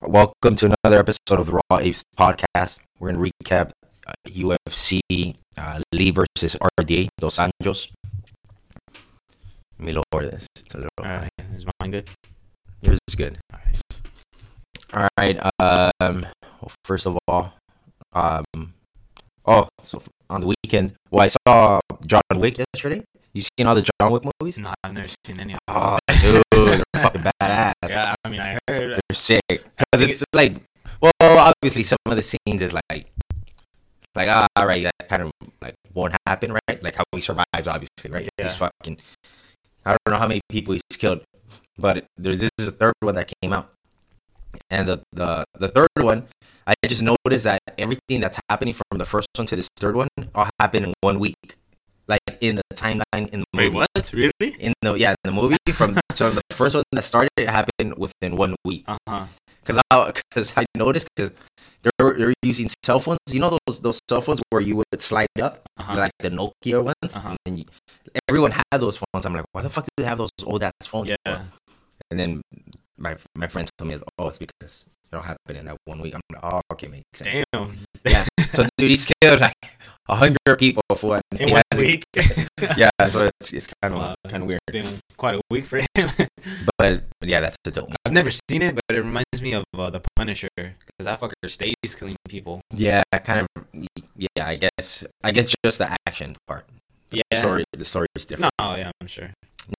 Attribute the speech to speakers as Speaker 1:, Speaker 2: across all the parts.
Speaker 1: Welcome to another episode of the Raw Apes podcast. We're going to recap uh, UFC uh, Lee versus RDA Dos Anjos. Let me lower this. It's a little high.
Speaker 2: Alright, is mine good?
Speaker 1: Yours is good. All right. Um. well, first of all, um. Oh, so f- on the weekend, well, I saw John Wick yesterday. You seen all the John Wick movies?
Speaker 2: No, I've never seen any of them.
Speaker 1: Oh, dude, they're fucking badass.
Speaker 2: Yeah, I mean, I heard.
Speaker 1: They're sick because it's like, well, obviously some of the scenes is like, like ah, all right, that kind of like won't happen, right? Like how he survives, obviously, right?
Speaker 2: Yeah.
Speaker 1: He's fucking. I don't know how many people he's killed, but there's this is the third one that came out, and the the the third one, I just noticed that everything that's happening from the first one to this third one all happened in one week, like in the timeline in the movie
Speaker 2: Wait, what? Really?
Speaker 1: in the yeah in the movie from so the first one that started it happened within one week
Speaker 2: Uh huh.
Speaker 1: because I because I noticed because they're they're using cell phones you know those those cell phones where you would slide up
Speaker 2: Uh huh.
Speaker 1: like the Nokia ones
Speaker 2: Uh-huh.
Speaker 1: and you, everyone had those phones I'm like why the fuck do they have those old ass
Speaker 2: Oh,
Speaker 1: phones for?"
Speaker 2: yeah.
Speaker 1: and then my my friend told me oh it's because it all happened in that one week I'm like oh okay makes sense
Speaker 2: Damn.
Speaker 1: so dude he's killed like a hundred people for one
Speaker 2: In one week.
Speaker 1: yeah so it's, it's kind of
Speaker 2: Wow,
Speaker 1: kind of
Speaker 2: it's
Speaker 1: weird
Speaker 2: Been quite a week for him.
Speaker 1: but, but yeah that's the dope
Speaker 2: I've never seen it, but it reminds me of uh, the Punisher because that fucker stays killing people.
Speaker 1: Yeah, I kind of. Yeah, I guess. I guess just the action part.
Speaker 2: Yeah.
Speaker 1: The story. The story is
Speaker 2: No,
Speaker 1: different.
Speaker 2: yeah, I'm sure.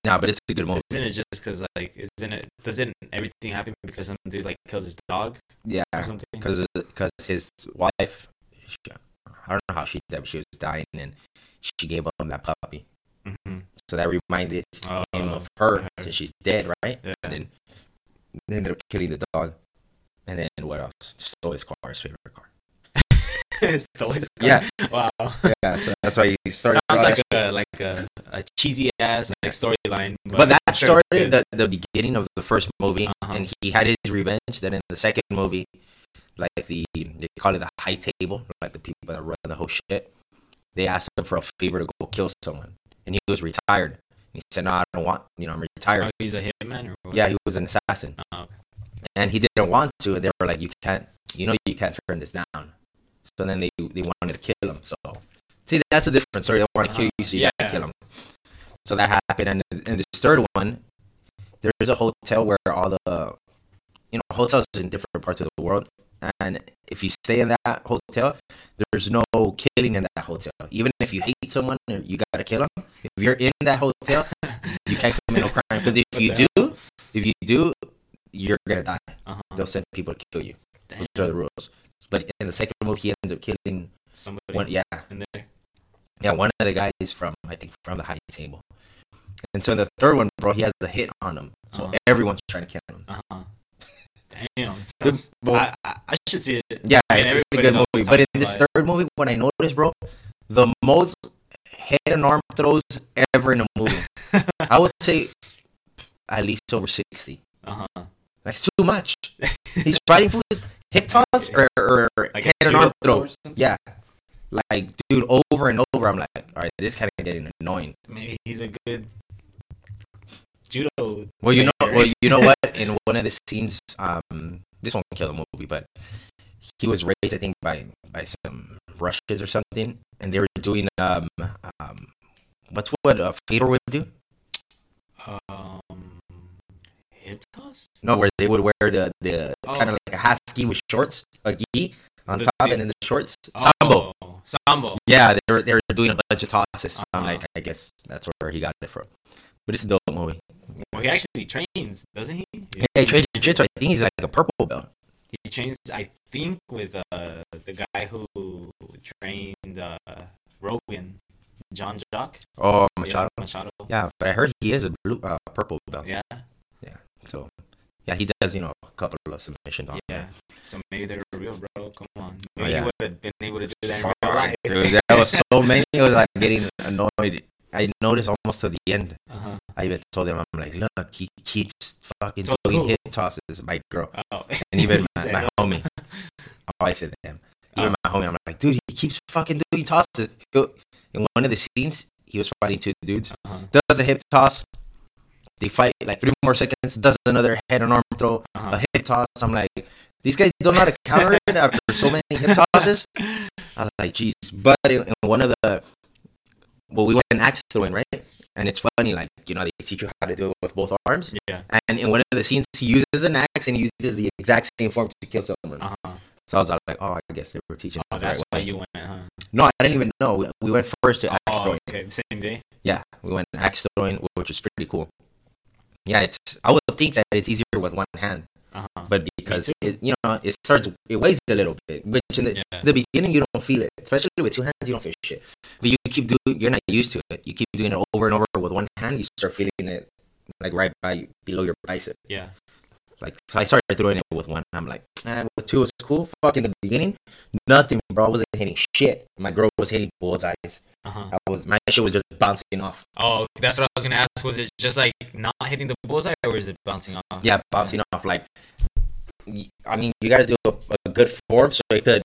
Speaker 1: No, but it's a good movie.
Speaker 2: Isn't it just because like isn't it doesn't everything happen because some dude like kills his dog
Speaker 1: Yeah,
Speaker 2: or something?
Speaker 1: because because his wife. She, I don't know how she died. But she was dying, and she gave him that puppy.
Speaker 2: Mm-hmm.
Speaker 1: So that reminded
Speaker 2: Oh,
Speaker 1: him of her.
Speaker 2: her.
Speaker 1: So she's dead, right?
Speaker 2: yeah.
Speaker 1: And then they ended up killing the dog. And then what else? Stole his car, his favorite car.
Speaker 2: Stole his car.
Speaker 1: Yeah,
Speaker 2: Wow.
Speaker 1: yeah. So that's why he started.
Speaker 2: Sounds like a like a, a cheesy ass like storyline.
Speaker 1: But
Speaker 2: I'm
Speaker 1: that
Speaker 2: sure it's
Speaker 1: started
Speaker 2: good.
Speaker 1: the, the beginning of the first movie,
Speaker 2: Uh-huh.
Speaker 1: and he had his revenge. Then in the second movie, like the they call it the high table, like the people that run the whole shit. They asked him for a favor to go kill someone, and he was retired. He said, "No, I don't want. You know, I'm
Speaker 2: Oh,
Speaker 1: retired."
Speaker 2: he's a hitman or what?
Speaker 1: Yeah, he was an assassin,
Speaker 2: Oh, okay.
Speaker 1: and he didn't want to. And they were like, "You can't. You know, you can't turn this down." So then they they wanted to kill him. So see, that's a different story. They want to kill you, so you
Speaker 2: Yeah.
Speaker 1: gotta kill him. So that happened, and and this third one, there's a hotel where all the, you know, hotels in different parts of the world, and if you stay in that hotel, there's no killing in that hotel. Even if you hate someone, or you gotta kill them. If you're in that hotel, you can't commit no crime because if
Speaker 2: What
Speaker 1: you
Speaker 2: the
Speaker 1: do, if you do, you're gonna die.
Speaker 2: Uh-huh.
Speaker 1: They'll send people to kill you.
Speaker 2: Damn,
Speaker 1: Those are the rules. But in the second movie, he ends up killing
Speaker 2: somebody
Speaker 1: one. Yeah,
Speaker 2: in there.
Speaker 1: yeah, one of the guys from I think from the high table. And so in the third one, bro, he has the hit on him, so
Speaker 2: Uh-huh.
Speaker 1: everyone's trying to kill him.
Speaker 2: Uh-huh. Damn.
Speaker 1: Good
Speaker 2: sounds-
Speaker 1: mo-
Speaker 2: I, I, I should see it.
Speaker 1: yeah,
Speaker 2: I
Speaker 1: it's
Speaker 2: mean,
Speaker 1: a
Speaker 2: everybody
Speaker 1: good
Speaker 2: knows
Speaker 1: movie.
Speaker 2: how
Speaker 1: But in
Speaker 2: to
Speaker 1: this
Speaker 2: play.
Speaker 1: third movie, what I noticed, bro, the most head and arm throws ever in a movie. I would say at least over sixty.
Speaker 2: Uh-huh.
Speaker 1: That's too much. He's fighting for his hip toss or, or
Speaker 2: Like a
Speaker 1: head and arm
Speaker 2: judo
Speaker 1: throw.
Speaker 2: or something?
Speaker 1: Yeah. Like, dude, over and over, I'm like, all right, this kind of getting annoying.
Speaker 2: Maybe he's a good judo.
Speaker 1: Well, you know,
Speaker 2: player.
Speaker 1: well, you know what? In one of the scenes, um, this won't kill the movie, but he was raised, I think, by by some Russians or something, and they were doing um, um, what's what uh, Fedor would do?
Speaker 2: Um, hip toss?
Speaker 1: No, where they would wear the the
Speaker 2: Oh.
Speaker 1: kind of like a half gi with shorts, a gi on
Speaker 2: The-
Speaker 1: top,
Speaker 2: the-
Speaker 1: and then the shorts.
Speaker 2: Oh,
Speaker 1: Sambo.
Speaker 2: Sambo.
Speaker 1: Yeah, they were they were doing a bunch of tosses. I'm
Speaker 2: Uh-huh.
Speaker 1: like, I guess that's where he got it from. But it's a dope movie.
Speaker 2: Well, he actually trains, doesn't he?
Speaker 1: Hey, Trey Jitsu, I think he's like a purple belt.
Speaker 2: He trains, I think, with uh, the guy who trained uh, Rogan, John Jock.
Speaker 1: Oh, Machado.
Speaker 2: Yeah, Machado.
Speaker 1: Yeah, but I heard he is a blue, uh, purple belt.
Speaker 2: Yeah.
Speaker 1: So, yeah, he does, you know, a couple of submissions on
Speaker 2: Yeah. So maybe they're real, bro. Come on. Maybe
Speaker 1: Oh, yeah.
Speaker 2: you would have been able to do that in
Speaker 1: Fuck,
Speaker 2: real life.
Speaker 1: dude, there was so many. It was like getting annoyed. I noticed almost to the end.
Speaker 2: Uh-huh.
Speaker 1: I even told him, I'm like, look, he keeps fucking
Speaker 2: Told
Speaker 1: doing
Speaker 2: who?
Speaker 1: hit tosses, my girl,
Speaker 2: Oh.
Speaker 1: and even
Speaker 2: You
Speaker 1: my,
Speaker 2: said,
Speaker 1: my
Speaker 2: oh,
Speaker 1: homie. Oh, I said to him, even
Speaker 2: Oh.
Speaker 1: my homie, I'm like, dude, he keeps fucking doing tosses. He'll- In one of the scenes, he was fighting two dudes.
Speaker 2: Uh-huh.
Speaker 1: Does a hip toss. They fight like three more seconds. Does another head and arm throw.
Speaker 2: Uh-huh.
Speaker 1: a hip toss. I'm like, These guys don't know how to counter it after so many hip tosses. I was like, jeez. But in, in one of the, well, we went in axe throwing, right? And it's funny, like, you know, they teach you how to do it with both arms.
Speaker 2: Yeah.
Speaker 1: And in one of the scenes, he uses an axe and he uses the exact same form to kill someone.
Speaker 2: Uh huh.
Speaker 1: So I was like, oh, I guess they were teaching
Speaker 2: Oh,
Speaker 1: us the right
Speaker 2: that's why
Speaker 1: way.
Speaker 2: you went, huh?
Speaker 1: No, I didn't even know. We, we went first to axe
Speaker 2: Oh,
Speaker 1: throwing.
Speaker 2: okay. Same day.
Speaker 1: Yeah, we went axe throwing, which was pretty cool. Yeah, it's. I would think that it's easier with one hand,
Speaker 2: Uh huh.
Speaker 1: but because
Speaker 2: too.
Speaker 1: it, you know it starts, it weighs a little bit. Which in the,
Speaker 2: Yeah.
Speaker 1: the beginning you don't feel it, especially with two hands, you don't feel shit. But you keep doing, you're not used to it. You keep doing it over and over with one hand, you start feeling it like right by below your bicep.
Speaker 2: Yeah.
Speaker 1: Like so I started throwing it with one. I'm like, eh, with two is cool. Fuck in the beginning, nothing, bro. I wasn't hitting shit. My girl was hitting bullseyes.
Speaker 2: Uh huh.
Speaker 1: I was my shit was just bouncing off.
Speaker 2: Oh, that's what I was gonna ask. Was it just like not hitting the bullseye, or is it bouncing off?
Speaker 1: yeah, bouncing off. Like, y- I mean, you got to do a, a good form so it could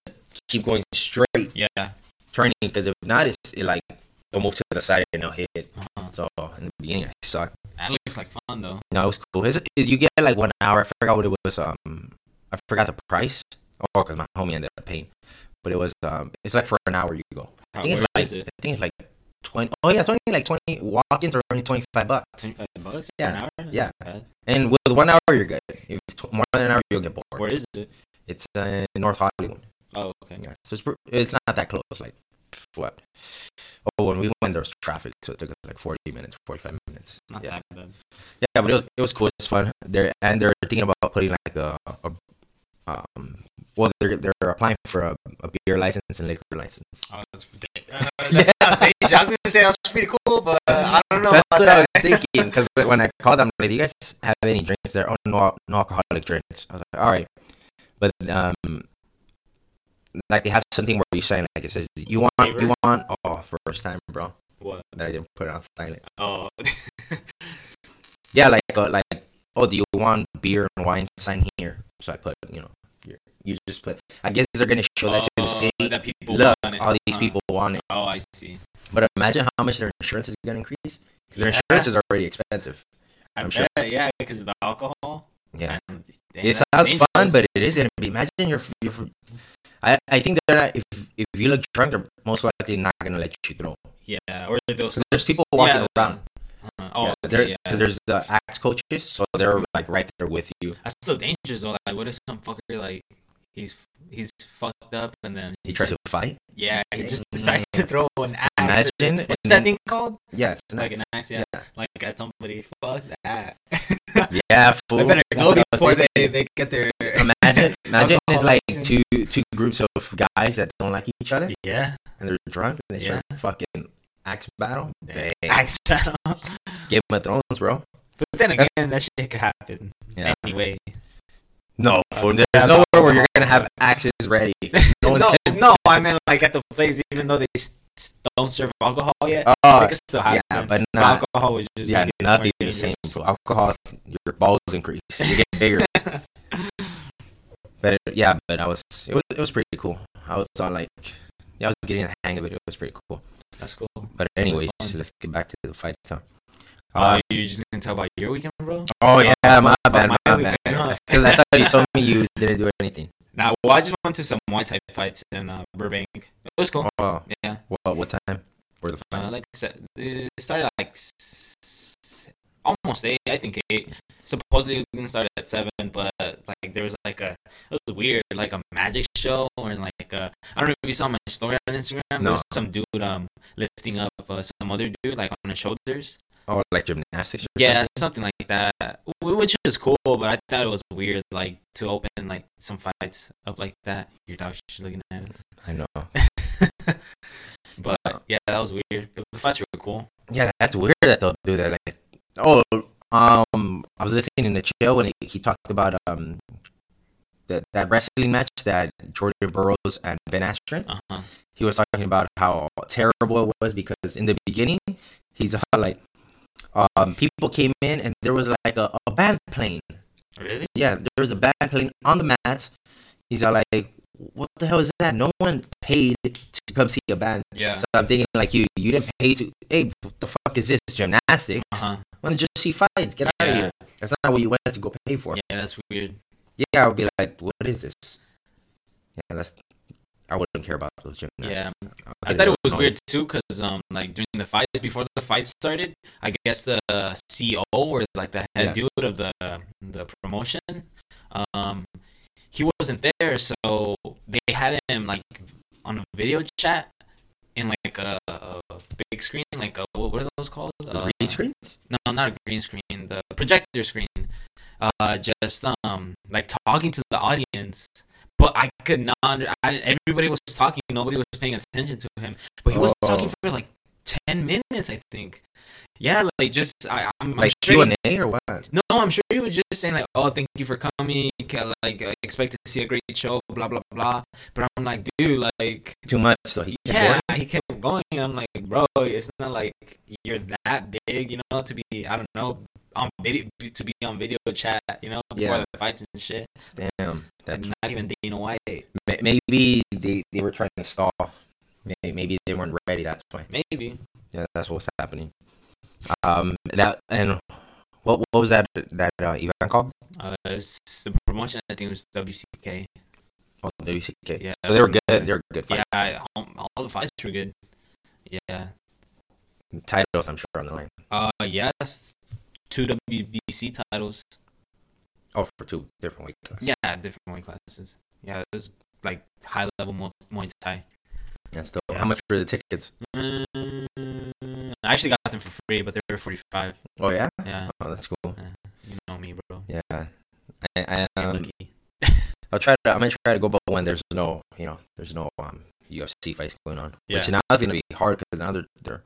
Speaker 1: keep going straight
Speaker 2: Yeah.
Speaker 1: turning. Because if not, it's it, like it'll move to the side and it'll hit it.
Speaker 2: Uh-huh.
Speaker 1: So in the beginning, I suck.
Speaker 2: That looks like fun though.
Speaker 1: No, it was cool. It's, it- you get like one hour. I forgot what it was. Um, I forgot the price. Oh, because my homie ended up paying. But it was um, it's like for an hour you go. I
Speaker 2: How,
Speaker 1: think it's
Speaker 2: where
Speaker 1: like
Speaker 2: is it?
Speaker 1: I think it's like twenty. Oh yeah, it's only like twenty walk-ins are only twenty five bucks.
Speaker 2: Twenty-five bucks
Speaker 1: Yeah.
Speaker 2: for an hour. Is
Speaker 1: Yeah.
Speaker 2: that bad?
Speaker 1: And with one hour you're good. If it's tw- more than an hour you'll get bored.
Speaker 2: Where is it?
Speaker 1: It's uh, in North Hollywood.
Speaker 2: Oh, okay.
Speaker 1: Yeah, so it's, pr- it's not that close. Like what? Oh, when we went, there was traffic, so it took us like forty minutes, forty-five minutes.
Speaker 2: Not
Speaker 1: yeah,
Speaker 2: that bad.
Speaker 1: yeah, but it was it was cool. It's fun. They're and they're thinking about putting like a, a um. Well, they're they're applying for a, a beer license and liquor license.
Speaker 2: Oh, that's, uh, that's not stage. I was gonna say that's pretty cool, but I don't know
Speaker 1: That's
Speaker 2: about
Speaker 1: what I
Speaker 2: that.
Speaker 1: was thinking because when I called them, like, "Do you guys have any drinks there? Oh, no, no alcoholic drinks." I was like, "All right," but um, like they have something where you sign like it says, "You want, you
Speaker 2: Waiver?
Speaker 1: want." Oh, first time, bro,
Speaker 2: What?
Speaker 1: that I didn't put it on silent.
Speaker 2: Oh,
Speaker 1: Yeah, like uh, like oh, do you want beer and wine? Sign here. So I put you know, your- you just put. I guess they're gonna show that to the
Speaker 2: oh,
Speaker 1: city.
Speaker 2: that people
Speaker 1: Look,
Speaker 2: want it.
Speaker 1: all these
Speaker 2: Uh,
Speaker 1: people want it.
Speaker 2: Oh, I see.
Speaker 1: But imagine how much their insurance is gonna increase. 'Cause Their
Speaker 2: Yeah.
Speaker 1: insurance is already expensive.
Speaker 2: I
Speaker 1: I'm
Speaker 2: bet,
Speaker 1: sure.
Speaker 2: yeah, because of the alcohol.
Speaker 1: Yeah.
Speaker 2: And- damn,
Speaker 1: It
Speaker 2: that's
Speaker 1: sounds fun,
Speaker 2: dangerous.
Speaker 1: but it is gonna be. Imagine you're, you're I, I think they're not, if if you look drunk, they're most likely not gonna let you throw.
Speaker 2: yeah, or those.
Speaker 1: 'Cause there's people walking
Speaker 2: yeah,
Speaker 1: around.
Speaker 2: Uh, oh,
Speaker 1: yeah,
Speaker 2: okay,
Speaker 1: there-
Speaker 2: yeah.
Speaker 1: there's the axe coaches, so they're like right there with you.
Speaker 2: That's so dangerous though. Like, what if some fucker like he's he's fucked up and then
Speaker 1: He tries to fight.
Speaker 2: yeah he just decides to throw an axe.
Speaker 1: Imagine.
Speaker 2: or-
Speaker 1: and
Speaker 2: what's
Speaker 1: then-
Speaker 2: that thing called?
Speaker 1: Yeah, it's
Speaker 2: Like
Speaker 1: nice.
Speaker 2: an axe, yeah.
Speaker 1: yeah,
Speaker 2: Like at somebody. Fuck that.
Speaker 1: yeah. Fool.
Speaker 2: I better
Speaker 1: That's
Speaker 2: go
Speaker 1: what I was
Speaker 2: before they,
Speaker 1: thinking.
Speaker 2: they get their
Speaker 1: Imagine, imagine it's
Speaker 2: alcohol
Speaker 1: like
Speaker 2: license.
Speaker 1: two two groups of guys that don't like each other,
Speaker 2: yeah.
Speaker 1: and they're drunk, and they
Speaker 2: Yeah.
Speaker 1: start fucking axe battle. Dang.
Speaker 2: Axe battle. But
Speaker 1: Game of Thrones, bro.
Speaker 2: then again, that shit could happen
Speaker 1: Yeah.
Speaker 2: anyway.
Speaker 1: No, fool, there's
Speaker 2: Oh, Yeah,
Speaker 1: nowhere where
Speaker 2: alcohol.
Speaker 1: you're gonna have axes ready. No one's
Speaker 2: no,
Speaker 1: gonna-
Speaker 2: no, I meant like at the place, even though they s- s- don't serve alcohol yet.
Speaker 1: Oh,
Speaker 2: it could still
Speaker 1: yeah,
Speaker 2: happen.
Speaker 1: but
Speaker 2: But
Speaker 1: not
Speaker 2: alcohol was just
Speaker 1: yeah,
Speaker 2: make it
Speaker 1: not
Speaker 2: more
Speaker 1: be the same.
Speaker 2: dangerous.
Speaker 1: So alcohol, your balls increase, you get bigger. but it- yeah, but I was it was it was pretty cool. I was on like yeah, I was getting the hang of it. It was pretty cool.
Speaker 2: That's cool.
Speaker 1: But anyways,
Speaker 2: Fun.
Speaker 1: let's get back to the fight. So,
Speaker 2: Uh,
Speaker 1: uh,
Speaker 2: you just gonna tell about your weekend, bro?
Speaker 1: oh yeah, my bad,
Speaker 2: my
Speaker 1: my,
Speaker 2: weekend,
Speaker 1: bad.
Speaker 2: huh?
Speaker 1: Because I thought you told me you didn't do anything.
Speaker 2: Nah, well, I just went to some Muay Thai fights in uh, Burbank. It was cool.
Speaker 1: Oh,
Speaker 2: Yeah.
Speaker 1: what what time? Were the
Speaker 2: Uh,
Speaker 1: fights?
Speaker 2: like I said, it started at, like s- s- almost eight, I think eight. Supposedly it was gonna start at seven, but like there was like a it was weird, like a magic show or like a, I don't know if you saw my story on Instagram.
Speaker 1: No.
Speaker 2: There was some dude um lifting up uh, some other dude like on his shoulders.
Speaker 1: oh, like gymnastics. Or
Speaker 2: Yeah, something like that, wh- which was cool, but I thought it was weird, like to open like some fights up like that. Your dog's just looking at us,
Speaker 1: something? I know.
Speaker 2: but yeah, that was weird. But the fights were cool.
Speaker 1: Yeah, that's weird that they'll do that. Like, oh, um, I was listening to Chill when he, he talked about um that that wrestling match that Jordan Burroughs and Ben Askren.
Speaker 2: Uh huh.
Speaker 1: He was talking about how terrible it was because in the beginning he's uh, like, um, people came in and there was like a, a band playing.
Speaker 2: Really?
Speaker 1: Yeah, there was a band playing on the mats. He's all like, what the hell is that? No one paid to come see a band.
Speaker 2: Yeah.
Speaker 1: So I'm thinking like you, you didn't pay to. Hey, what the fuck is this gymnastics?
Speaker 2: Uh huh.
Speaker 1: Want to just see fights? Get out of
Speaker 2: Yeah.
Speaker 1: here. That's not what you went to go pay for.
Speaker 2: Yeah, that's weird.
Speaker 1: Yeah, yeah, I would be like, what is this? Yeah, that's. I wouldn't care about those gymnastics.
Speaker 2: Yeah,
Speaker 1: I'll get
Speaker 2: I thought it was
Speaker 1: annoyed.
Speaker 2: weird too, cause um, like during the fight, before the fight started, I guess the CEO or like the head dude of the the promotion, um, he wasn't there, so they had him like on a video chat in like a, a big screen, like a, what what are those called? Uh,
Speaker 1: Green screens?
Speaker 2: no, not a green screen, the projector screen. Uh, just um, like talking to the audience. But I could not. under- I, everybody was talking. Nobody was paying attention to him. But he was talking
Speaker 1: Oh.
Speaker 2: for like ten minutes, I think. Yeah, like just I, I'm, I'm
Speaker 1: Like Q
Speaker 2: sure. he-
Speaker 1: and A or what?
Speaker 2: no, I'm sure he was just saying like, "Oh, thank you for coming. Ca- Like, I expect to see a great show." Blah blah blah. But I'm like, dude, like,
Speaker 1: Too much. So he kept
Speaker 2: yeah,
Speaker 1: going.
Speaker 2: he kept going. and I'm like, bro, it's not like you're that big, you know, to be I don't know on video to be on video chat, you know,
Speaker 1: Yeah.
Speaker 2: before the fights and shit.
Speaker 1: Damn. That's
Speaker 2: Like, not even Dana White,
Speaker 1: ma- maybe they, they were trying to stall. May- Maybe they weren't ready. That's why.
Speaker 2: maybe.
Speaker 1: Yeah, that's what's happening. Um, that and what what was that that uh, event called?
Speaker 2: Uh, it's the promotion. I think it was WCK.
Speaker 1: Oh, WCK.
Speaker 2: Yeah,
Speaker 1: so they were
Speaker 2: something like
Speaker 1: good.
Speaker 2: that.
Speaker 1: They were good
Speaker 2: Yeah,
Speaker 1: fights.
Speaker 2: I, all, all the fights were good. Yeah.
Speaker 1: Titles, I'm sure on the line.
Speaker 2: Uh, yes, two WBC titles.
Speaker 1: Oh, for two different weight classes.
Speaker 2: Yeah, different weight classes. Yeah, it was like high level Muay, Muay Thai.
Speaker 1: And so,
Speaker 2: Yeah.
Speaker 1: how much were the tickets?
Speaker 2: Mm, I actually got them for free, but they were forty five.
Speaker 1: Oh yeah.
Speaker 2: Yeah,
Speaker 1: Oh, that's cool.
Speaker 2: you know me, bro.
Speaker 1: Yeah. I, I,
Speaker 2: I'm
Speaker 1: um,
Speaker 2: lucky.
Speaker 1: I'll try to. I'm gonna try to go, but when there's no, you know, there's no um UFC fights going on, which
Speaker 2: Yeah.
Speaker 1: now is gonna be hard because now they're, they're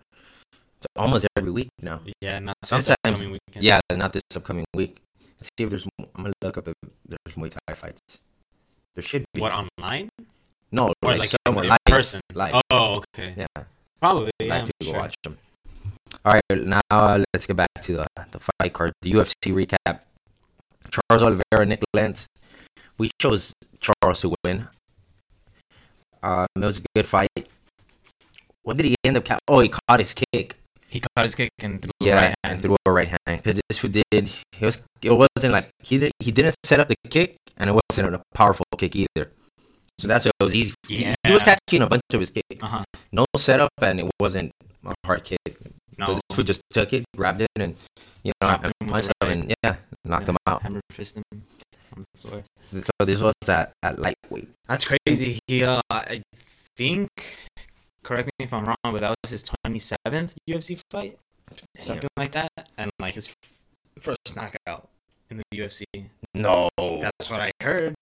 Speaker 1: it's almost every week now.
Speaker 2: Yeah, not
Speaker 1: sometimes-
Speaker 2: sometimes. Weekend.
Speaker 1: Yeah, not this upcoming week. Let's see if there's. mo- I'm gonna look up if there's Muay Thai fights. There should be.
Speaker 2: What online
Speaker 1: No,
Speaker 2: or
Speaker 1: like,
Speaker 2: like
Speaker 1: somewhere
Speaker 2: in
Speaker 1: live.
Speaker 2: person?
Speaker 1: Live.
Speaker 2: Oh, okay.
Speaker 1: Yeah,
Speaker 2: Probably. Yeah,
Speaker 1: live
Speaker 2: I'm
Speaker 1: people
Speaker 2: sure.
Speaker 1: watch them. All right, now uh, let's get back to the, the fight card, the UFC recap. Charles Oliveira, Nick Lentz. We chose Charles to win. Um, it was a good fight. What did he end up? Ca- oh, he caught his kick.
Speaker 2: He caught his kick and threw
Speaker 1: Yeah,
Speaker 2: yeah, right
Speaker 1: and
Speaker 2: hand.
Speaker 1: threw a right hand because this fool did. It was. It wasn't like he did, he didn't set up the kick, and it wasn't a powerful kick either. So that's why it was easy. He- He was
Speaker 2: Yeah.
Speaker 1: catching a bunch of his kicks.
Speaker 2: Uh huh.
Speaker 1: No setup, and it wasn't a hard kick. So
Speaker 2: No.
Speaker 1: this fool just took it, grabbed it, and you know,
Speaker 2: Dropped
Speaker 1: and
Speaker 2: him with
Speaker 1: punched
Speaker 2: the
Speaker 1: him, and yeah, knocked
Speaker 2: Yeah.
Speaker 1: him out.
Speaker 2: Hammer fist him. on the floor.
Speaker 1: So this was at, at lightweight.
Speaker 2: That's crazy. He, uh, I think, correct me if I'm wrong, but that was his 27th UFC fight, something like that, and like his f- first knockout in the UFC.
Speaker 1: No,
Speaker 2: That's what I heard.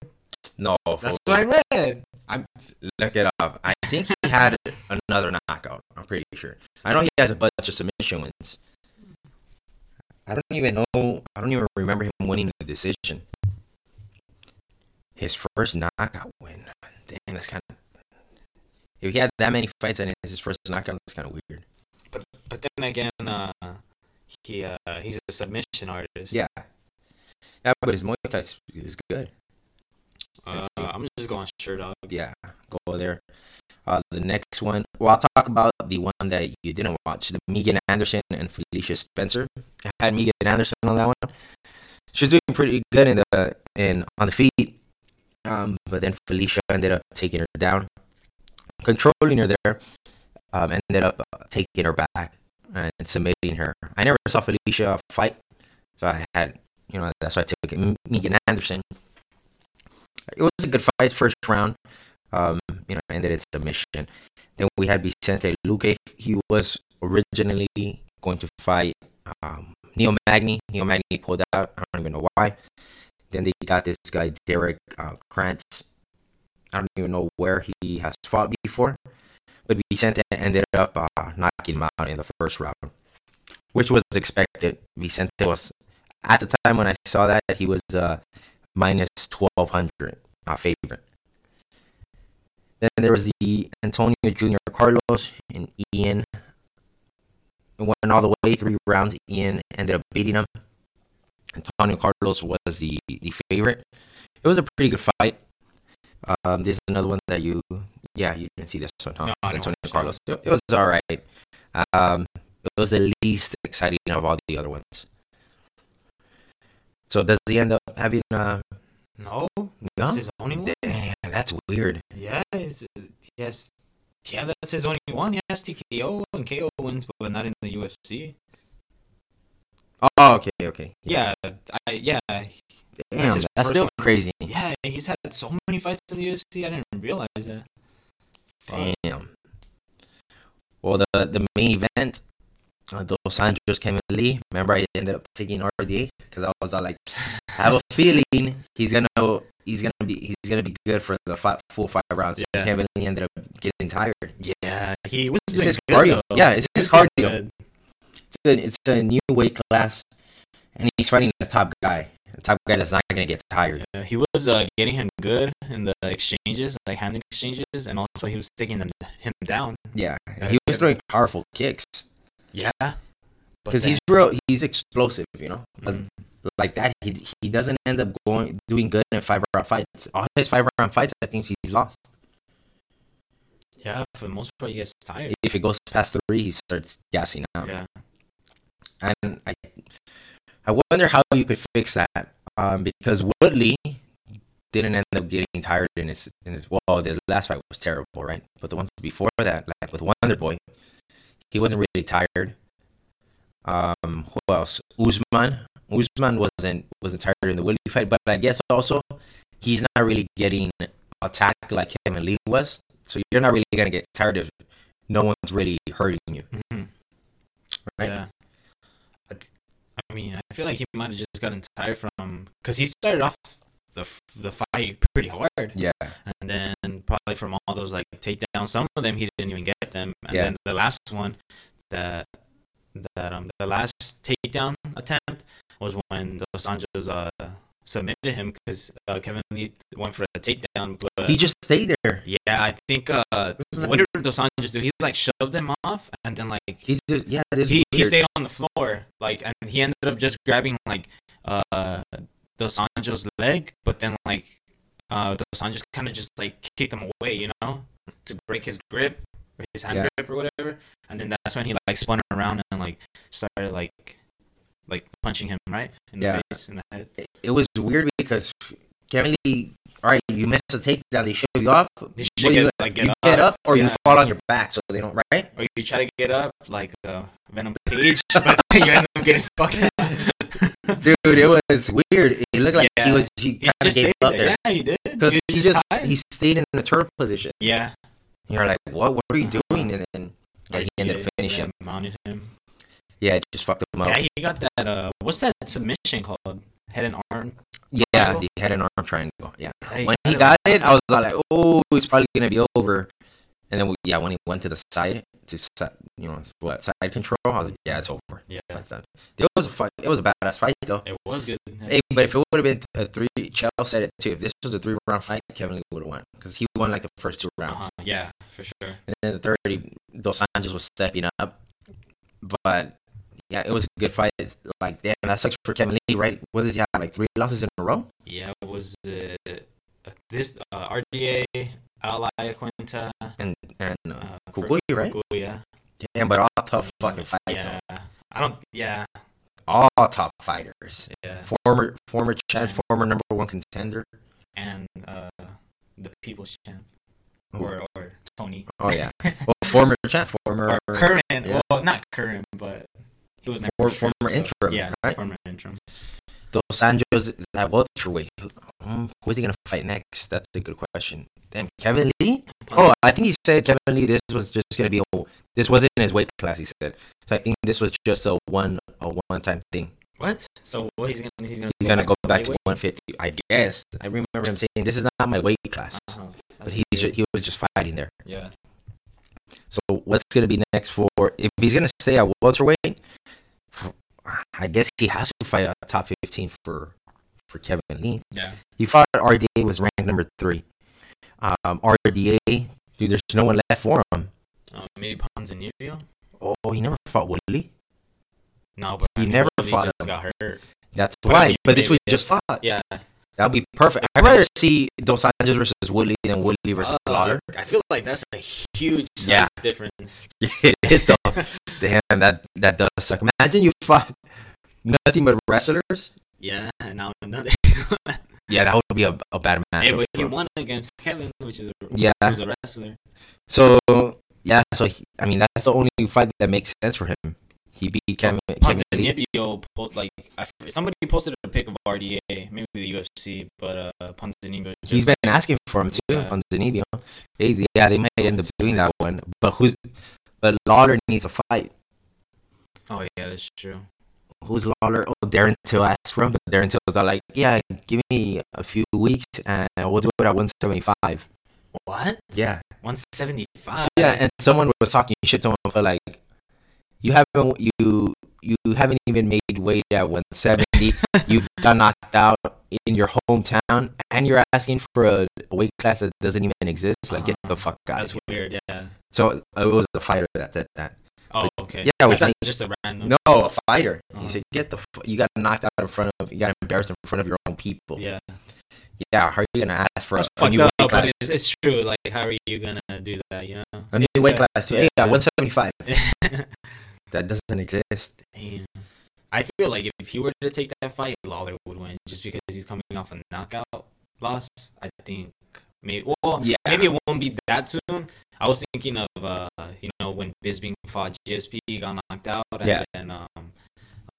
Speaker 1: no.
Speaker 2: That's
Speaker 1: fool.
Speaker 2: what I read. I'm
Speaker 1: Look it up. I think he had another knockout. I'm pretty sure. I know he has a bunch of submission wins. I don't even know. I don't even remember him winning the decision. His first knockout win. Dang, that's kind of. If he had that many fights and it's his first knockout, that's kind of weird.
Speaker 2: But then again, uh, he uh, he's a submission artist.
Speaker 1: Yeah. Yeah, but his Muay Thai is- is good.
Speaker 2: Uh, I'm just going sure dog.
Speaker 1: Yeah, go there. Uh, the next one. Well, I'll talk about the one that you didn't watch, the Megan Anderson and Felicia Spencer. I had Megan Anderson on that one. She was doing pretty good in the in on the feet, um, but then Felicia ended up taking her down, controlling her there. Um, ended up uh, taking her back and submitting her. I never saw Felicia fight, so I had you know that's why I took it. M- Megan Anderson. It was a good fight, first round. Um, you know, ended in submission. Then we had Vicente Luque. He was originally going to fight um, Neil Magny. Neil Magny pulled out. I don't even know why. Then they got this guy Derek uh, Krantz. I don't even know where he has fought before, but Vicente ended up uh, knocking him out in the first round, which was expected. Vicente was at the time when I saw that he was uh, minus twelve hundred, my favorite. Then there was the Antonio Junior Carlos and Ian. It went all the way three rounds. Ian ended up beating him. Antonio Carlos was the, the favorite. It was a pretty good fight. Um, this is another one that you, yeah, you didn't see this one, huh?
Speaker 2: No, I didn't
Speaker 1: Antonio
Speaker 2: watch that
Speaker 1: Carlos. It, it was all right. Um, it was the least exciting of all the other ones. So does he end up having uh,
Speaker 2: No,
Speaker 1: No,
Speaker 2: it's his only one.
Speaker 1: Damn, that's weird.
Speaker 2: Yeah, it's, yes, yeah, that's his only one. Yes, TKO and KO wins, but not in the UFC.
Speaker 1: Oh, okay, okay.
Speaker 2: Yeah, I yeah
Speaker 1: Damn,
Speaker 2: that's
Speaker 1: that's,
Speaker 2: his first
Speaker 1: still
Speaker 2: one.
Speaker 1: crazy.
Speaker 2: yeah he's had so many fights in the UFC. I didn't realize that. Fuck.
Speaker 1: Damn. Well, the the main event, uh, Dos Anjos Kevin Lee. Remember, I ended up taking RDA because I was all like, I have a feeling he's gonna he's gonna be he's gonna be good for the five, full five rounds.
Speaker 2: Yeah.
Speaker 1: Kevin Lee ended up getting tired.
Speaker 2: Yeah, he was
Speaker 1: It's
Speaker 2: doing
Speaker 1: his
Speaker 2: good,
Speaker 1: cardio.
Speaker 2: though.
Speaker 1: Yeah, it's
Speaker 2: He
Speaker 1: his
Speaker 2: was
Speaker 1: cardio.
Speaker 2: doing good.
Speaker 1: It's a, it's a new weight class, and he's fighting the top guy, the top guy that's not gonna get tired.
Speaker 2: Yeah, he was uh, getting him good in the exchanges, like hand exchanges, and also he was taking them, him down.
Speaker 1: Yeah,
Speaker 2: Yeah,
Speaker 1: he was
Speaker 2: yeah.
Speaker 1: throwing powerful kicks
Speaker 2: Yeah,
Speaker 1: because he's real. He's explosive, you know. But
Speaker 2: Mhm.
Speaker 1: like that, he he doesn't end up going doing good in five round fights. All his five round fights, I think he's lost.
Speaker 2: yeah for the most part he gets tired.
Speaker 1: If it goes past three, he starts gassing out.
Speaker 2: Yeah,
Speaker 1: And I, I wonder how you could fix that, um, because Woodley didn't end up getting tired in his in his. Well, the last fight was terrible, right? But the ones before that, like with Wonder Boy, he wasn't really tired. Um, who else? Usman. Usman wasn't wasn't tired in the Woodley fight, but I guess also he's not really getting attacked like Kevin Lee was. So you're not really gonna get tired if no one's really hurting you,
Speaker 2: Mhm.
Speaker 1: right?
Speaker 2: yeah. I, th- I mean, I feel like he might have just gotten tired from because he started off the f- the fight pretty hard,
Speaker 1: Yeah.
Speaker 2: and then probably from all those like takedowns, some of them he didn't even get them, and
Speaker 1: Yeah.
Speaker 2: then the last one, that that um the last takedown attempt was when Dos Anjos uh submitted him because uh, Kevin Lee went for a takedown, but
Speaker 1: He just stayed there.
Speaker 2: yeah, I think uh
Speaker 1: was
Speaker 2: what did Dos Anjos do? He like shoved him off, and then like
Speaker 1: He did, yeah, this
Speaker 2: he, he
Speaker 1: weird.
Speaker 2: stayed on the floor like and he ended up just grabbing like uh dos anjos leg but then like uh dos anjos kind of just like kicked him away you know to break his grip or his hand
Speaker 1: Yeah.
Speaker 2: grip or whatever and then that's when he like spun around and like started like like punching him right in the
Speaker 1: Yeah.
Speaker 2: face in the head
Speaker 1: It- It was weird because Kevin Lee, all right, you miss a takedown, they show you off. What
Speaker 2: you
Speaker 1: do
Speaker 2: should
Speaker 1: you,
Speaker 2: get, like
Speaker 1: you get up or you
Speaker 2: yeah.
Speaker 1: fall on your back so they don't, right?
Speaker 2: or you try to get up like uh venom cage but you end up getting fucked up.
Speaker 1: Dude, it was weird. It looked like he
Speaker 2: Yeah.
Speaker 1: was, he
Speaker 2: He
Speaker 1: kind of
Speaker 2: just
Speaker 1: gave
Speaker 2: stayed
Speaker 1: up
Speaker 2: there.
Speaker 1: there.
Speaker 2: Yeah, he did.
Speaker 1: Because he just,
Speaker 2: tired.
Speaker 1: he stayed in a turtle position.
Speaker 2: yeah.
Speaker 1: You're like, what, what are you doing? And then yeah, he ended up finishing him.
Speaker 2: Mounted him.
Speaker 1: Yeah, it just fucked him up.
Speaker 2: Yeah, he got that. Uh, what's that submission called? Head and arm.
Speaker 1: Yeah,
Speaker 2: triangle?
Speaker 1: he had an arm triangle. Yeah.
Speaker 2: he
Speaker 1: when he got it, I was all like, "Oh, it's probably gonna be over." And then, we, yeah, when he went to the side to si- you know what side control, I was like, "Yeah, it's over."
Speaker 2: Yeah,
Speaker 1: That's done. It was a fight. It was a badass fight though.
Speaker 2: it was good.
Speaker 1: Hey, but if it would have been a three, Chell said it too. If this was a three round fight, Kevin Lee would have won because he won like the first two rounds,
Speaker 2: Uh-huh, yeah, for sure.
Speaker 1: and then the third, he- Dos Anjos was stepping up. But yeah, it was a good fight. It's like, damn, that sucks for Kevin Lee, right? What does he have? Like three losses in a row?
Speaker 2: Yeah, it was uh, this uh, RDA Outlier Quinta.
Speaker 1: And and uh,
Speaker 2: Uh, for-
Speaker 1: Kukui, right?
Speaker 2: Kukui, yeah.
Speaker 1: Damn, but all tough fucking fights. though.
Speaker 2: Yeah. I don't. Yeah.
Speaker 1: all top fighters.
Speaker 2: Yeah.
Speaker 1: Former former Chad, former number one contender.
Speaker 2: And uh, the People's Champ or or Tony.
Speaker 1: Oh yeah. well, former Chad, former
Speaker 2: Or current.
Speaker 1: yeah.
Speaker 2: Well, not current, but he was never
Speaker 1: Or
Speaker 2: current,
Speaker 1: former
Speaker 2: so-
Speaker 1: interim,
Speaker 2: Yeah,
Speaker 1: right?
Speaker 2: former interim.
Speaker 1: Dos Anjos is at welterweight. Um, who's he gonna fight next? That's a good question. Damn, Kevin Lee. Oh, I think he said Kevin Lee. This was just gonna be a. This wasn't his weight class. He said. So I think this was just a one a one time thing.
Speaker 2: What? So what he's gonna he's gonna
Speaker 1: He's gonna go back to
Speaker 2: lightweight?
Speaker 1: 150. I guess. I remember him saying, "This is not my weight class,"
Speaker 2: Uh-huh.
Speaker 1: but he he was just fighting there.
Speaker 2: yeah
Speaker 1: So what's gonna be next for if he's gonna stay at welterweight? I guess he has to fight a top fifteen for for Kevin Lee.
Speaker 2: yeah
Speaker 1: He fought RDA was ranked number three. Um, RDA, dude, there's no one left for him.
Speaker 2: uh, maybe Ponzinibbio.
Speaker 1: Oh, he never fought Woodley.
Speaker 2: No, but
Speaker 1: He
Speaker 2: I mean,
Speaker 1: never
Speaker 2: Woodley
Speaker 1: fought
Speaker 2: Just
Speaker 1: him.
Speaker 2: got hurt.
Speaker 1: That's
Speaker 2: But I
Speaker 1: why.
Speaker 2: mean,
Speaker 1: but this
Speaker 2: maybe
Speaker 1: was just fought.
Speaker 2: Yeah.
Speaker 1: That'd be perfect. I'd rather see Dos Anjos versus Woodley than Woodley versus
Speaker 2: Uh,
Speaker 1: Slaughter.
Speaker 2: I feel like that's a huge size
Speaker 1: Yeah.
Speaker 2: difference.
Speaker 1: it is though. Damn, that that does suck. Imagine you fought nothing but wrestlers.
Speaker 2: Yeah. And now another.
Speaker 1: Yeah, that would be a, a bad match.
Speaker 2: Hey, but he won against Kevin, which is a,
Speaker 1: Yeah.
Speaker 2: who's a wrestler.
Speaker 1: So yeah, so he, I mean that's the only fight that makes sense for him. He beat Kevin. Kevin Lee.
Speaker 2: Ponzinibbio po- like I f- somebody posted a pic of RDA, maybe the UFC, but uh, Ponzinibbio.
Speaker 1: He's been asking for him too,
Speaker 2: Yeah.
Speaker 1: Ponzinibbio. They, yeah, they might end up doing that one, but who's? But Lawler needs a fight.
Speaker 2: Oh yeah, that's true.
Speaker 1: Who's Lawler? Oh, Darren Till asked for him, but Darren Till's not like, yeah, give me a few weeks and we'll do it at 175.
Speaker 2: What?
Speaker 1: Yeah,
Speaker 2: 175.
Speaker 1: yeah. And someone was talking shit to him for like, you haven't you you haven't even made weight at 170. you've got knocked out in your hometown and you're asking for a, a weight class that doesn't even exist like get the fuck out of
Speaker 2: That's
Speaker 1: here
Speaker 2: weird. Yeah.
Speaker 1: so uh, it was a fighter that said that
Speaker 2: Oh okay.
Speaker 1: yeah,
Speaker 2: I
Speaker 1: which
Speaker 2: thought
Speaker 1: makes-
Speaker 2: it was just a
Speaker 1: no
Speaker 2: random.
Speaker 1: a fighter he
Speaker 2: Uh-huh.
Speaker 1: said get the fu- you got knocked out in front of you got embarrassed in front of your own people
Speaker 2: Yeah.
Speaker 1: yeah how are you gonna ask for a,
Speaker 2: That's
Speaker 1: a
Speaker 2: fucked
Speaker 1: new
Speaker 2: up,
Speaker 1: weight
Speaker 2: but
Speaker 1: class
Speaker 2: it's, it's true. Like, how are you gonna do that? You know.
Speaker 1: a new
Speaker 2: it's
Speaker 1: weight
Speaker 2: a-
Speaker 1: class too. Hey, yeah
Speaker 2: yeah.
Speaker 1: 175 that doesn't exist
Speaker 2: Damn. I feel like if he were to take that fight, Lawler would win just because he's coming off a knockout loss. I think maybe well,
Speaker 1: Yeah.
Speaker 2: maybe it won't be that soon. I was thinking of uh, you know, when Bisbing fought GSP, he got knocked out, and
Speaker 1: Yeah.
Speaker 2: then um,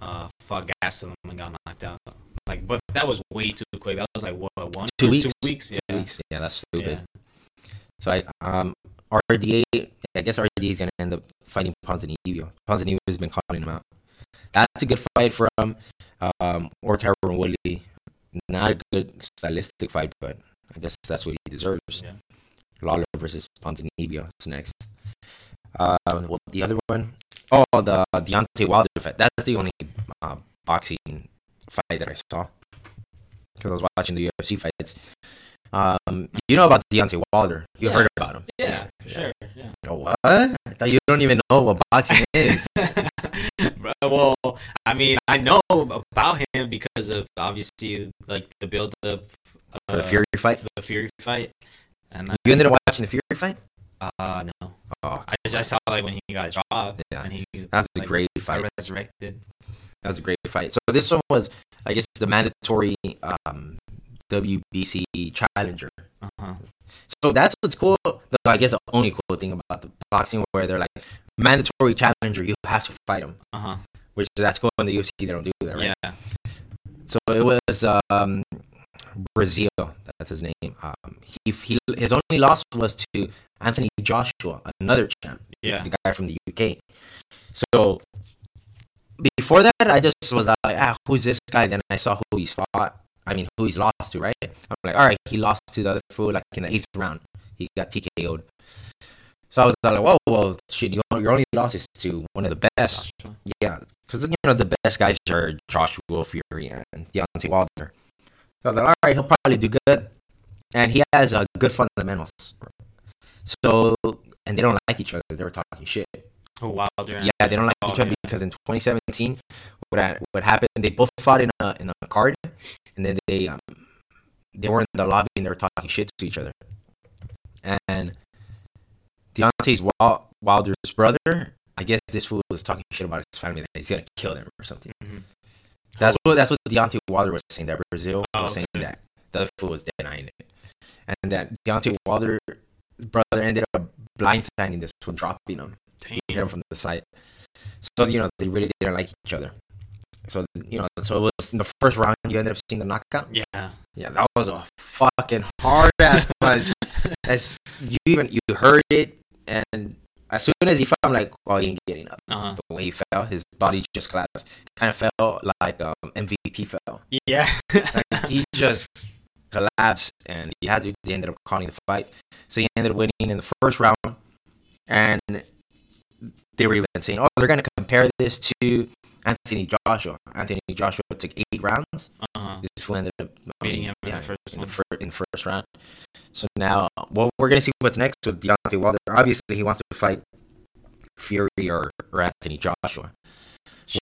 Speaker 2: uh, fought Gastelum and got knocked out. Like, but that was way too quick. That was like what one
Speaker 1: Two
Speaker 2: or
Speaker 1: weeks.
Speaker 2: two weeks, yeah,
Speaker 1: Two weeks. yeah that's stupid
Speaker 2: yeah.
Speaker 1: So I um RDA, I guess RDA is gonna end up fighting Ponzinibbio. Ponzinibbio has been calling him out. That's a good fight from um or Tyrone Woodley. Not a good stylistic fight, but I guess that's what he deserves.
Speaker 2: Yeah.
Speaker 1: Lawler versus Ponzinibbio is next. Uh, well, the other one, oh, the Deontay Wilder fight. That's the only uh, boxing fight that I saw because I was watching the UFC fights. Um, you know about Deontay Wilder? You
Speaker 2: Yeah.
Speaker 1: heard about him?
Speaker 2: Yeah, for sure. Yeah.
Speaker 1: Oh, what? I thought you don't even know what boxing is.
Speaker 2: Bro, well, I mean, I know about him because of obviously like the build up
Speaker 1: For the
Speaker 2: Uh,
Speaker 1: Fury fight,
Speaker 2: the Fury fight, and
Speaker 1: you ended up watching the Fury fight.
Speaker 2: uh, no,
Speaker 1: Oh,
Speaker 2: I just saw like when he got dropped
Speaker 1: yeah,
Speaker 2: and he
Speaker 1: that was a
Speaker 2: like,
Speaker 1: great
Speaker 2: got
Speaker 1: fight.
Speaker 2: resurrected.
Speaker 1: That was a great fight. So this one was, I guess, the mandatory um, WBC challenger.
Speaker 2: Uh huh.
Speaker 1: So that's what's cool. the- I guess the only cool thing about the boxing where they're like mandatory challenger, you have to fight them,
Speaker 2: Uh huh.
Speaker 1: which that's cool in the UFC. They don't do that, right?
Speaker 2: Yeah.
Speaker 1: So it was um, Brazil. That's his name. Um, he, he his only loss was to Anthony Joshua, another champ,
Speaker 2: Yeah.
Speaker 1: the guy from the UK. So before that, I just was like, ah, who's this guy? Then I saw who he's fought. I mean, who he's lost to, right? I'm like, all right, he lost to the other fool like in the eighth round. He got TKO'd. So I was like, whoa, whoa, shit! You, your only loss is to one of the best.
Speaker 2: Joshua.
Speaker 1: Yeah, because you know the best guys are Joshua Fury and Deontay Wilder. So I was like, all right, he'll probably do good, and he has uh, good fundamentals. So, and they don't like each other. They were talking shit.
Speaker 2: Oh, Wilder. and-
Speaker 1: Yeah, they don't like each other
Speaker 2: Wilder.
Speaker 1: because in 2017, what had- what happened? They both fought in a in a card, and then they um they were in the lobby and they were talking shit to each other. And Deontay's Wil- Wilder's brother, I guess this fool was talking shit about his family that he's gonna kill them or something.
Speaker 2: Mhm.
Speaker 1: That's what that's what Deontay Wilder was saying. That Brazil
Speaker 2: Oh,
Speaker 1: was saying
Speaker 2: okay.
Speaker 1: that the other fool was denying it, and that Deontay Wilder brother ended up blindsiding this fool, dropping him hit him
Speaker 2: Damn.
Speaker 1: from the side. So you know they really didn't like each other. So you know, so it was in the first round you ended up seeing the knockout.
Speaker 2: Yeah.
Speaker 1: Yeah, that was a fucking hard ass punch. As you even you heard it, and as soon as he fell, I'm like, oh, he ain't getting up.
Speaker 2: Uh huh.
Speaker 1: The way he fell, his body just collapsed. Kind of felt like um, MVP fell.
Speaker 2: Yeah.
Speaker 1: He just collapsed, and he had to. They ended up calling the fight, so he ended up winning in the first round. And they were even saying, "Oh, they're going to compare this to Anthony Joshua. Anthony Joshua took eight rounds.
Speaker 2: uh huh.
Speaker 1: This fool ended up
Speaker 2: Beating him in
Speaker 1: yeah,
Speaker 2: the first
Speaker 1: in the
Speaker 2: one.
Speaker 1: fir- in first round. So now, well, we're going to see what's next with Deontay Wilder. Obviously, he wants to fight Fury or, or Anthony Joshua.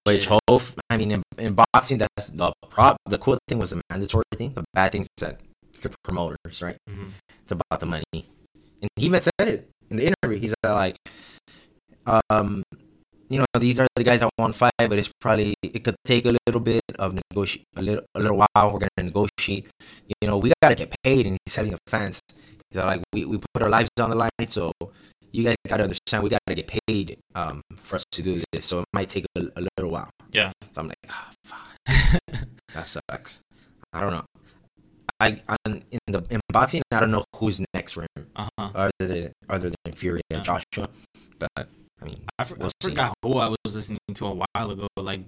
Speaker 1: Which
Speaker 2: Shit.
Speaker 1: hope I mean in, in boxing that's the prop the cool thing was the mandatory thing, the bad thing is that the promoters, right?
Speaker 2: Mhm.
Speaker 1: It's about the money. And he even said it in the interview. He's uh, like um you know these are the guys I want to fight, but it's probably it could take a little bit of negotiate a little a little while. We're gonna negotiate. You know, we gotta get paid, and he's telling the fans, he's like, we, we put our lives on the line, so you guys gotta understand, we gotta get paid um for us to do this. So it might take a, a little while.
Speaker 2: Yeah.
Speaker 1: So I'm like, ah, fuck,
Speaker 2: Mm-hmm.
Speaker 1: that sucks. I don't know. I I'm, in the in boxing, I don't know who's next for him
Speaker 2: Uh huh.
Speaker 1: other than other than Fury and
Speaker 2: Yeah.
Speaker 1: Joshua, but I mean,
Speaker 2: I, for-
Speaker 1: We'll
Speaker 2: I
Speaker 1: see.
Speaker 2: forgot who I was listening to a while ago, like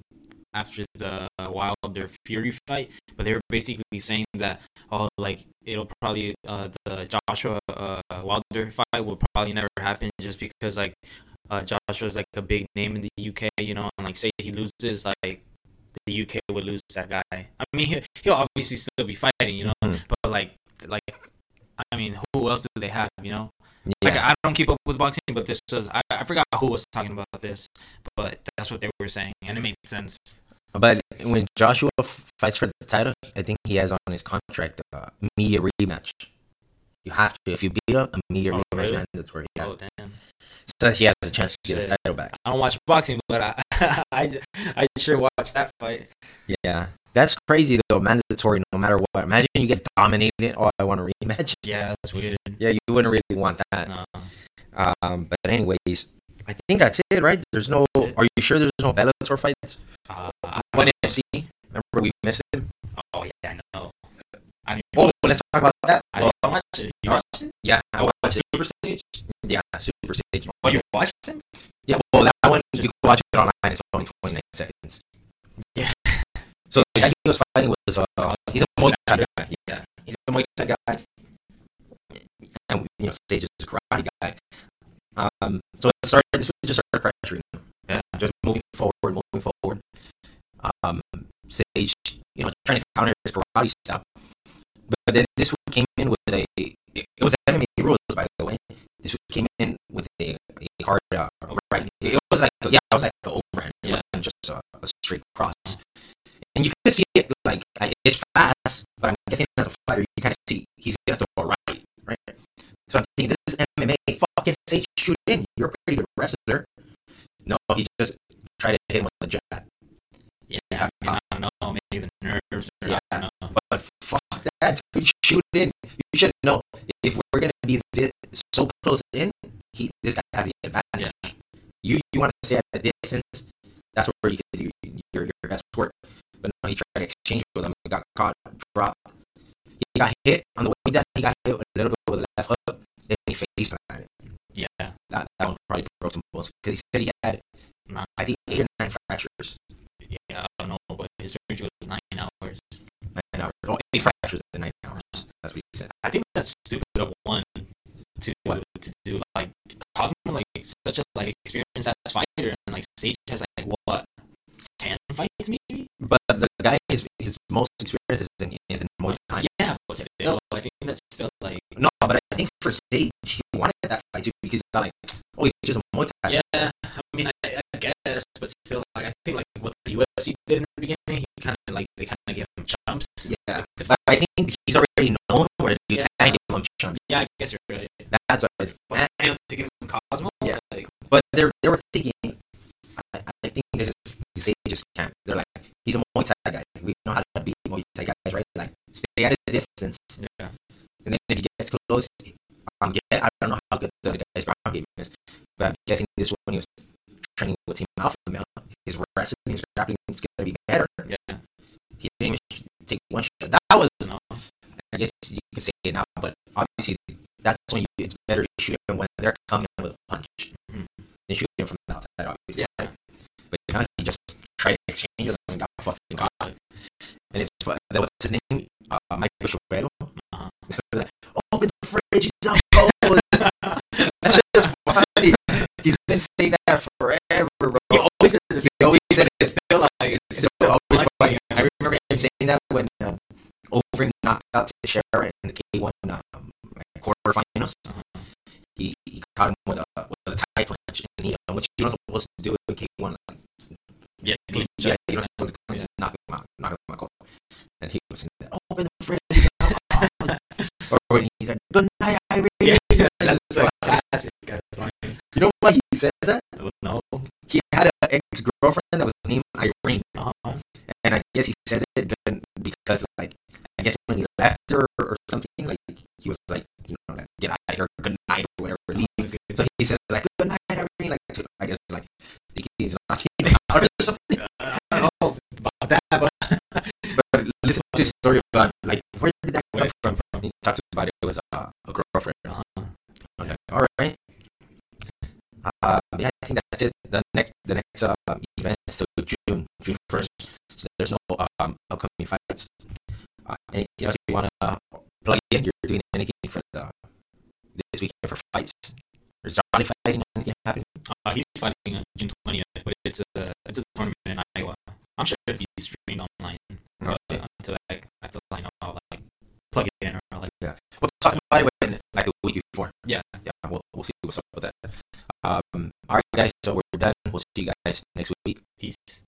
Speaker 2: after the Wilder Fury fight, but they were basically saying that oh, like it'll probably uh, the Joshua uh, Wilder fight will probably never happen just because like uh, Joshua's like a big name in the UK, you know, and like say he loses, like the UK would lose that guy. I mean, he- he'll obviously still be fighting, you know,
Speaker 1: Mhm.
Speaker 2: but like like I mean, who else do they have, you know?
Speaker 1: yeah.
Speaker 2: Like I don't keep up with boxing, but this was I, I forgot who was talking about this, but that's what they were saying, and it made sense.
Speaker 1: But when Joshua f- fights for the title, I think he has on his contract uh, media rematch. You have to if you beat him, a media
Speaker 2: Oh,
Speaker 1: rematch
Speaker 2: really?
Speaker 1: mandatory. Yeah.
Speaker 2: Oh damn!
Speaker 1: So he has a chance to get his
Speaker 2: Shit.
Speaker 1: title back.
Speaker 2: I don't watch boxing, but I I, ju- I sure watched that fight.
Speaker 1: Yeah, that's crazy though. Mandatory, no matter what. Imagine you get dominated. Oh, I want a rematch.
Speaker 2: Yeah, that's weird. uh,
Speaker 1: Yeah, you wouldn't really want that.
Speaker 2: No.
Speaker 1: Um, but anyways, I think that's it, right? There's no.
Speaker 2: That's it.
Speaker 1: Are you sure there's no Bellator fights?
Speaker 2: Uh, I-
Speaker 1: One FC. Remember we missed it.
Speaker 2: oh yeah, I know. I didn't even,
Speaker 1: Oh, let's talk about that.
Speaker 2: I
Speaker 1: Oh,
Speaker 2: didn't watch it. You watched it?
Speaker 1: yeah, I watched it.
Speaker 2: Super Stage?
Speaker 1: Yeah, Super Stage.
Speaker 2: Oh, you watched it?
Speaker 1: Yeah, well, that one you can watch it online. It's only 29 seconds.
Speaker 2: Yeah.
Speaker 1: So the guy he was fighting was uh, he's a Muay Thai guy.
Speaker 2: Yeah.
Speaker 1: He's a Muay Thai guy, and you know, Sage is a karate guy. Um, so it started. This was just started pressuring. him.
Speaker 2: Yeah.
Speaker 1: Just moving forward, moving forward. Um, Sage, you know, trying to counter his karate stuff. But then this one came in with a. It was MMA rules, by the way. This one came in with a, a hard uh, right. It was like yeah, it was like an overhand. It
Speaker 2: Yeah.
Speaker 1: wasn't just a, a straight cross. And you can see it like I- it's fast, but I'm guessing as a fighter, you kind of see he's gonna throw a right, right. So I'm thinking this is MMA. Fucking say shoot in. You're a pretty good wrestler. No, he just tried to hit him with a jab.
Speaker 2: Yeah. I, mean, I don't know. Maybe the nerves. Or, yeah. I don't know.
Speaker 1: But fuck that, dude. Shoot in. You should know if we're gonna be this, so close in. He, this guy has the advantage. You, you want to stay at a distance. That's where you can do your, your best work. But no, he tried to exchange with him. He got caught, dropped. He got hit on the way down. He got hit a little bit with a left hook. Then he face planted.
Speaker 2: Yeah.
Speaker 1: That, that one probably broke some bones because he said he had,
Speaker 2: Nah.
Speaker 1: I think, eight or nine fractures.
Speaker 2: Yeah. I don't know, but his surgery was nine hours.
Speaker 1: Nine hours. Oh, eight fractures in nine hours. That's what he said.
Speaker 2: I think that's stupid of one to
Speaker 1: What?
Speaker 2: to do like Cosmo's like such a like experienced ass fighter and like Sage has like what ten fights maybe?
Speaker 1: But the guy, his, his most experience is in, is in Muay Thai.
Speaker 2: Yeah, but still I think that's still like
Speaker 1: No, but I think for Sage, he wanted that fight too because it's not like, oh, he's just a Muay Thai.
Speaker 2: yeah, I mean I, I guess, but still like I think like what the UFC did in the beginning, he kinda like they kinda gave him chumps.
Speaker 1: Yeah.
Speaker 2: Like, to-
Speaker 1: But I think he's already known where you
Speaker 2: Yeah.
Speaker 1: can give him chance.
Speaker 2: yeah, I guess you're right.
Speaker 1: That's what it's.
Speaker 2: But and to give him Cosmo,
Speaker 1: Yeah.
Speaker 2: like
Speaker 1: But they they were thinking, I, I think this is Sage's camp. They're like, he's a Muay Thai guy. We know how to beat Muay Thai guys, right? Like, stay at a distance.
Speaker 2: yeah.
Speaker 1: And then if he gets close, I'm get, I don't know how good the other guy's ground game is, but I'm guessing this one he was training with Team Alpha Male. His wrestling, his grappling is gonna be better.
Speaker 2: Yeah.
Speaker 1: He didn't even sh- take one shot. That was,
Speaker 2: No.
Speaker 1: I guess you can say it now, but obviously that's when you, it's better to shoot him when they're coming in with a punch.
Speaker 2: Mhm.
Speaker 1: They shoot him from the outside, obviously.
Speaker 2: Yeah.
Speaker 1: But now he just tried to exchange them and got fucking caught. And it's fu- that what's his name? Uh, Michael Schwedo.
Speaker 2: Uh-huh.
Speaker 1: like, Open the fridge, he's not cold. That's just funny. He's been saying that forever, bro.
Speaker 2: He always says it's
Speaker 1: He always said it's
Speaker 2: still like
Speaker 1: it's still always funny. I remember him saying that when uh, Overing knocked out Teixeira in the K1 um, like, quarterfinals. He, he caught him with a with a tie punch, and you know, which you're not supposed to do in K1. Like,
Speaker 2: yeah,
Speaker 1: yeah,
Speaker 2: clean
Speaker 1: you
Speaker 2: check.
Speaker 1: don't supposed to clinch,
Speaker 2: Yeah.
Speaker 1: knock him out, knock him out cold. And he was in there, open Oh, the fridge. he's out." or when he's like, good night, Irene.
Speaker 2: Yeah.
Speaker 1: That's
Speaker 2: That's
Speaker 1: funny.
Speaker 2: the classic guy. It's like,
Speaker 1: You know why he says that?
Speaker 2: I don't know.
Speaker 1: He had ex girlfriend that was named Irene,
Speaker 2: Uh-huh.
Speaker 1: and I guess he said it then because like I guess when he left her or something, like he was like you know like, get out of here, good night or whatever. leave. So he says like good night Irene, like to, I guess like think he's knocking out or something.
Speaker 2: I don't know about that, but
Speaker 1: But listen to his story about like where did that
Speaker 2: where
Speaker 1: come
Speaker 2: it
Speaker 1: from?
Speaker 2: come from.
Speaker 1: He talks about it, it was uh, a girlfriend.
Speaker 2: Uh-huh.
Speaker 1: I was like, all right. Uh, yeah, I think that's it. The next, the next uh, event is till June, June first. So there's no um, upcoming fights. Uh, anything else you wanna uh, plug in? You're doing anything for the this weekend for fights? Is Johnny fighting? Anything happening?
Speaker 2: Uh, he's fighting on June twentieth, but it's a it's a tournament in Iowa. I'm sure it'll be streamed online. uh, But
Speaker 1: Okay.
Speaker 2: until I until I know I'll like plug it in or I'll, like
Speaker 1: We'll talk about it when, like the week before.
Speaker 2: Yeah.
Speaker 1: yeah. We'll, we'll see what's up with that. Um, all right, guys. So we're done. We'll see you guys next week.
Speaker 2: peace.